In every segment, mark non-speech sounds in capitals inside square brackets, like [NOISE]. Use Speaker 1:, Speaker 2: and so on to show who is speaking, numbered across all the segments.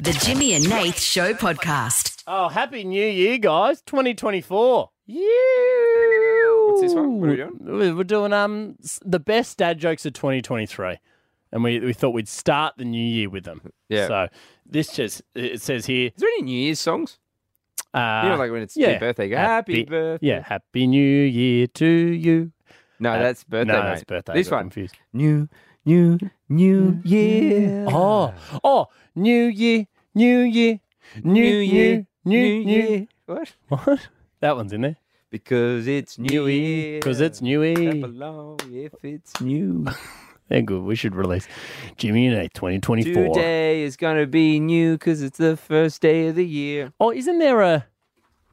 Speaker 1: The Jimmy and Nath Show Podcast.
Speaker 2: Oh, happy new year, guys. 2024.
Speaker 3: What's this one? What are we doing?
Speaker 2: We're we're doing um s- the best dad jokes of 2023. And we, we thought we'd start the new year with them.
Speaker 3: Yeah.
Speaker 2: So this just, it says here.
Speaker 3: Is there any New Year's songs?
Speaker 2: Uh,
Speaker 3: you know, like when it's your birthday, you go, happy, birthday.
Speaker 2: Yeah, happy new year to you.
Speaker 3: No,
Speaker 2: Uh,
Speaker 3: that's birthday,
Speaker 2: no,
Speaker 3: mate.
Speaker 2: that's birthday.
Speaker 3: This
Speaker 2: I got
Speaker 3: one.
Speaker 2: Confused.
Speaker 3: New, new, new year.
Speaker 2: Oh, oh, new year, new year, new,
Speaker 3: New year,
Speaker 2: new, new year.
Speaker 3: What?
Speaker 2: [LAUGHS] What? That one's in there.
Speaker 3: Because it's new year.
Speaker 2: Because it's new
Speaker 3: Clap
Speaker 2: year.
Speaker 3: along if it's new.
Speaker 2: They're good. We should release Jimmy and A 2024.
Speaker 3: Today is going to be new because it's the first day of the year.
Speaker 2: Oh, isn't there a.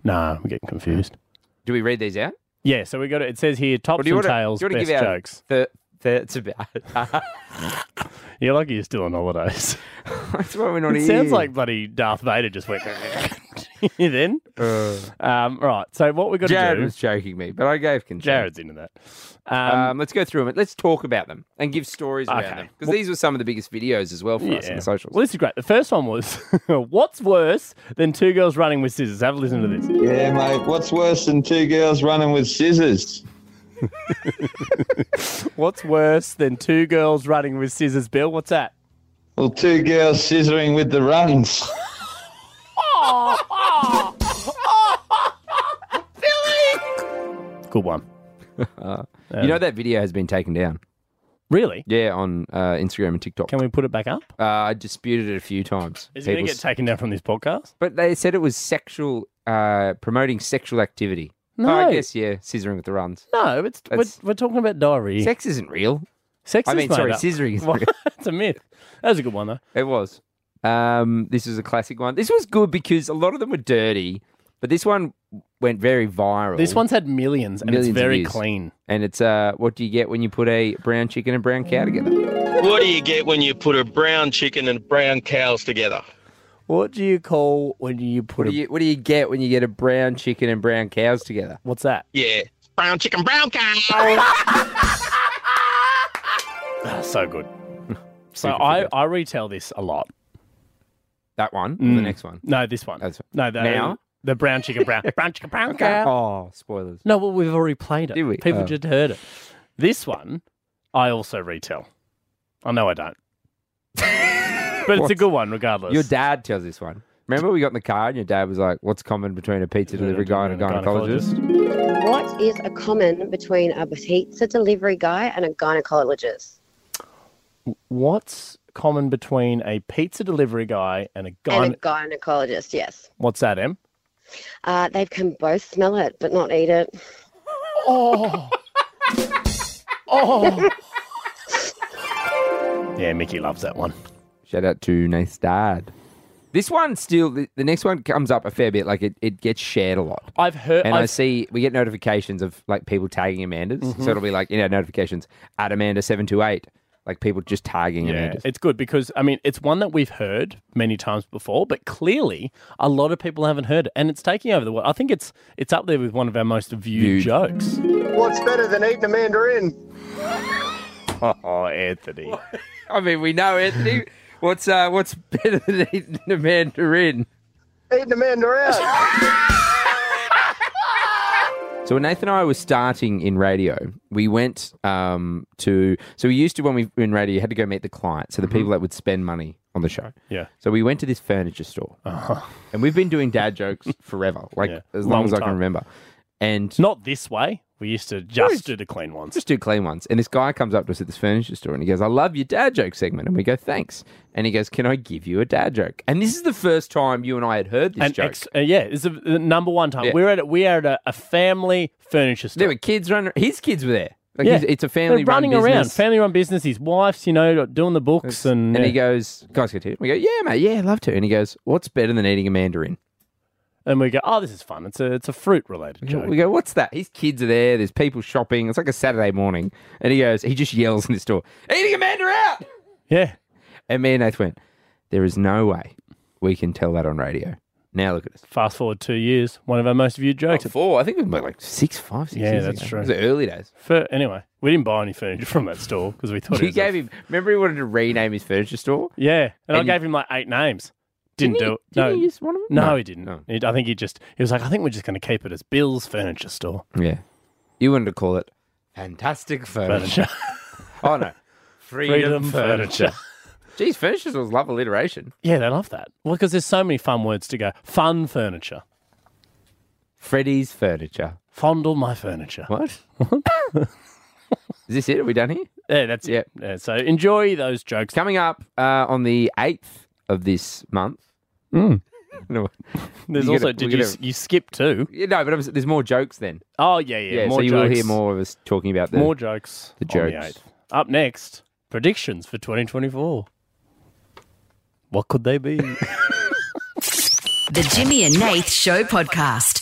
Speaker 2: Nah, I'm getting confused.
Speaker 3: Do we read these out?
Speaker 2: Yeah, so we got it. It says here tops
Speaker 3: do you
Speaker 2: and
Speaker 3: wanna-
Speaker 2: tails,
Speaker 3: do you wanna
Speaker 2: best
Speaker 3: give out-
Speaker 2: jokes.
Speaker 3: The, that's about [LAUGHS] That's
Speaker 2: You're lucky you're still on holidays. [LAUGHS]
Speaker 3: what we want to
Speaker 2: It
Speaker 3: hear.
Speaker 2: sounds like bloody Darth Vader just went. [LAUGHS] then. Um, right, so what we got to
Speaker 3: Jared
Speaker 2: do.
Speaker 3: was joking me, but I gave consent.
Speaker 2: Jared's into that. Um,
Speaker 3: Um, let's go through them. Let's talk about them and give stories
Speaker 2: Okay.
Speaker 3: around them because these were some of the biggest videos as well for us on the socials.
Speaker 2: Well, this is great. The first one was [LAUGHS] what's worse than two girls running with scissors? Have a listen to this.
Speaker 4: Yeah, mate, what's worse than two girls running with scissors?
Speaker 2: What's worse than two girls running with scissors, Bill? What's that?
Speaker 4: Well, two girls scissoring with the runs.
Speaker 2: Good one.
Speaker 3: you know that video has been taken down.
Speaker 2: Really?
Speaker 3: Yeah, on uh, Instagram and TikTok.
Speaker 2: Can we put it back up?
Speaker 3: uh, I disputed it a few times.
Speaker 2: Is it going to get
Speaker 3: People's-
Speaker 2: taken down from this podcast?
Speaker 3: but they said it was sexual, uh, promoting sexual activity. Oh,
Speaker 2: No.
Speaker 3: I guess yeah, scissoring with the runs.
Speaker 2: No, it's we're,
Speaker 3: That's-
Speaker 2: we're talking about diarrhea.
Speaker 3: Sex isn't real.
Speaker 2: Sex
Speaker 3: I
Speaker 2: is
Speaker 3: mean,
Speaker 2: made
Speaker 3: sorry,
Speaker 2: up. [LAUGHS]
Speaker 3: scissoring is
Speaker 2: What?
Speaker 3: real. [LAUGHS]
Speaker 2: It's a myth. That was a good one though.
Speaker 3: It was. Um, this is a classic one. This was good because a lot of them were dirty, but this one went very viral.
Speaker 2: This one's had millions and
Speaker 3: Millions
Speaker 2: it's
Speaker 3: of
Speaker 2: very
Speaker 3: views.
Speaker 2: clean.
Speaker 3: and it's uh, what do you get when you put a brown chicken and brown cow together?
Speaker 5: What do you get when you put a brown chicken and brown cows together?
Speaker 2: What do you call when you put
Speaker 3: What do you What do you get when you get a brown chicken and brown cows together?
Speaker 2: What's that?
Speaker 5: Yeah, brown chicken, brown cow.
Speaker 2: Ah, [SIGHS] so
Speaker 3: [LAUGHS]
Speaker 2: good. so
Speaker 3: Super
Speaker 2: I,
Speaker 3: good.
Speaker 2: I retell this a lot.
Speaker 3: That one. Or
Speaker 2: Mm.
Speaker 3: The next one.
Speaker 2: No, this one.
Speaker 3: That's-
Speaker 2: no, the,
Speaker 3: Now?
Speaker 2: the brown chicken
Speaker 3: [LAUGHS]
Speaker 2: brown brown chicken brown cow.
Speaker 3: Oh, spoilers.
Speaker 2: No, well, we've already played it.
Speaker 3: Did we?
Speaker 2: People
Speaker 3: Oh.
Speaker 2: just heard it. This one, I also retell. I know I
Speaker 3: [LAUGHS]
Speaker 2: don't, but it's a
Speaker 3: What?
Speaker 2: good one regardless.
Speaker 3: Your dad tells this one. Remember, we got in the car and your dad was like, "What's common between a pizza delivery guy and a gynecologist?"
Speaker 6: What is a common between a pizza delivery guy and a gynecologist?
Speaker 2: What's common between a pizza delivery guy and a guy?
Speaker 6: And a gynecologist, yes.
Speaker 2: What's that, Em?
Speaker 6: Uh, they can both smell it but not eat it.
Speaker 2: Oh. [LAUGHS] yeah, Mickey loves that one.
Speaker 3: Shout out to Nate's dad. This one still, the, the next one comes up a fair bit. Like it, it gets shared a lot.
Speaker 2: I've heard.
Speaker 3: And i
Speaker 2: I've, Mm-hmm.
Speaker 3: see we get notifications of like people tagging Amanda's. So it'll be like, you know, notifications at Amanda seven two eight. Like people just tagging
Speaker 2: yeah,
Speaker 3: Amanda's.
Speaker 2: it's good because I mean it's one that we've heard many times before, but clearly a lot of people haven't heard it, and it's taking over the world. I think it's it's up there with one of our most viewed,
Speaker 3: Viewed.
Speaker 2: jokes.
Speaker 5: What's better than eating a mandarin?
Speaker 2: Oh, Anthony,
Speaker 3: I mean, we know Anthony. [LAUGHS] What's uh, what's better than eating a mandarin?
Speaker 5: Eating a mandarin.
Speaker 3: So when Nathan and I were starting in radio, we went um, to so we used to when we were in radio, you had to go meet the client, so the people that would spend money on the show.
Speaker 2: Yeah.
Speaker 3: So we went to this furniture store, and we've been doing dad [LAUGHS] jokes forever, like
Speaker 2: Yeah.
Speaker 3: as Uh-huh. long,
Speaker 2: Long
Speaker 3: as I
Speaker 2: time.
Speaker 3: can remember. And
Speaker 2: not this way. We used to just do the clean ones.
Speaker 3: just do clean ones. And this guy comes up to us at this furniture store and he goes, I love your dad joke segment. And we go, thanks. And he goes, Can I give you a dad joke? And this is the first time you and I had heard this
Speaker 2: and
Speaker 3: joke.
Speaker 2: ex- uh, yeah, it's the the number one time
Speaker 3: Yeah.
Speaker 2: we're at a, we are at a, a family furniture store.
Speaker 3: there were kids running, his kids were there. Like
Speaker 2: Yeah.
Speaker 3: he's- it's a family
Speaker 2: They're running
Speaker 3: run
Speaker 2: around,
Speaker 3: business.
Speaker 2: family run business. His wife's, you know, doing the books and,
Speaker 3: and he
Speaker 2: yeah.
Speaker 3: goes, Guys, get to it. We go, Yeah, mate. Yeah, love to. And he goes, What's better than eating a mandarin?
Speaker 2: and we go, oh, this is fun. It's a it's a fruit related
Speaker 3: We go-
Speaker 2: joke.
Speaker 3: We go, What's that? His kids are there. There's people shopping. It's like a Saturday morning. And he goes, He just yells in the store, Eating a mandarin out.
Speaker 2: yeah,
Speaker 3: And me and Nath went, There is no way we can tell that on radio. Now look at us.
Speaker 2: fast forward two years, one of our most viewed jokes.
Speaker 3: Not Oh, four. I think it was about like six, five, six.
Speaker 2: Yeah,
Speaker 3: years
Speaker 2: that's
Speaker 3: ago.
Speaker 2: true.
Speaker 3: It was the early days.
Speaker 2: Fur- anyway, we didn't buy any furniture from that store because we thought it
Speaker 3: You
Speaker 2: was a-
Speaker 3: gave him. Remember, he wanted to rename his furniture store.
Speaker 2: yeah, and, I
Speaker 3: and-
Speaker 2: gave him like eight names. Didn't,
Speaker 3: Didn't
Speaker 2: do
Speaker 3: he-
Speaker 2: it.
Speaker 3: didn't
Speaker 2: no.
Speaker 3: he use one of 'em?
Speaker 2: No,
Speaker 3: No,
Speaker 2: he didn't.
Speaker 3: no.
Speaker 2: He- I think he just he was like, I think we're just going to keep it as Bill's furniture store.
Speaker 3: Yeah. You wanted to call it fantastic furniture.
Speaker 2: Furniture,
Speaker 3: oh, no.
Speaker 2: [LAUGHS] freedom furniture.
Speaker 3: Geez, furniture was love alliteration.
Speaker 2: Yeah, they love that. Well, because there's so many fun words to go. Fun furniture.
Speaker 3: Freddy's furniture.
Speaker 2: Fondle my furniture.
Speaker 3: What? [LAUGHS] Is this it? Are we done here?
Speaker 2: Yeah, that's
Speaker 3: Yeah.
Speaker 2: it. Yeah, so enjoy those jokes.
Speaker 3: Coming up uh, on the 8th of this month. Hmm. [LAUGHS] No,
Speaker 2: There's
Speaker 3: You
Speaker 2: also
Speaker 3: gotta-
Speaker 2: did
Speaker 3: we
Speaker 2: you
Speaker 3: gotta-
Speaker 2: s- you skip too?
Speaker 3: yeah, no but I'm, there's more jokes then.
Speaker 2: Oh yeah, yeah.
Speaker 3: Yeah,
Speaker 2: more
Speaker 3: so you
Speaker 2: jokes.
Speaker 3: will hear more of us talking about the
Speaker 2: more jokes.
Speaker 3: the
Speaker 2: on
Speaker 3: jokes.
Speaker 2: 8th. Up next, predictions for 2024. What could they be?
Speaker 3: [LAUGHS]
Speaker 1: The Jimmy and Nath Show Podcast.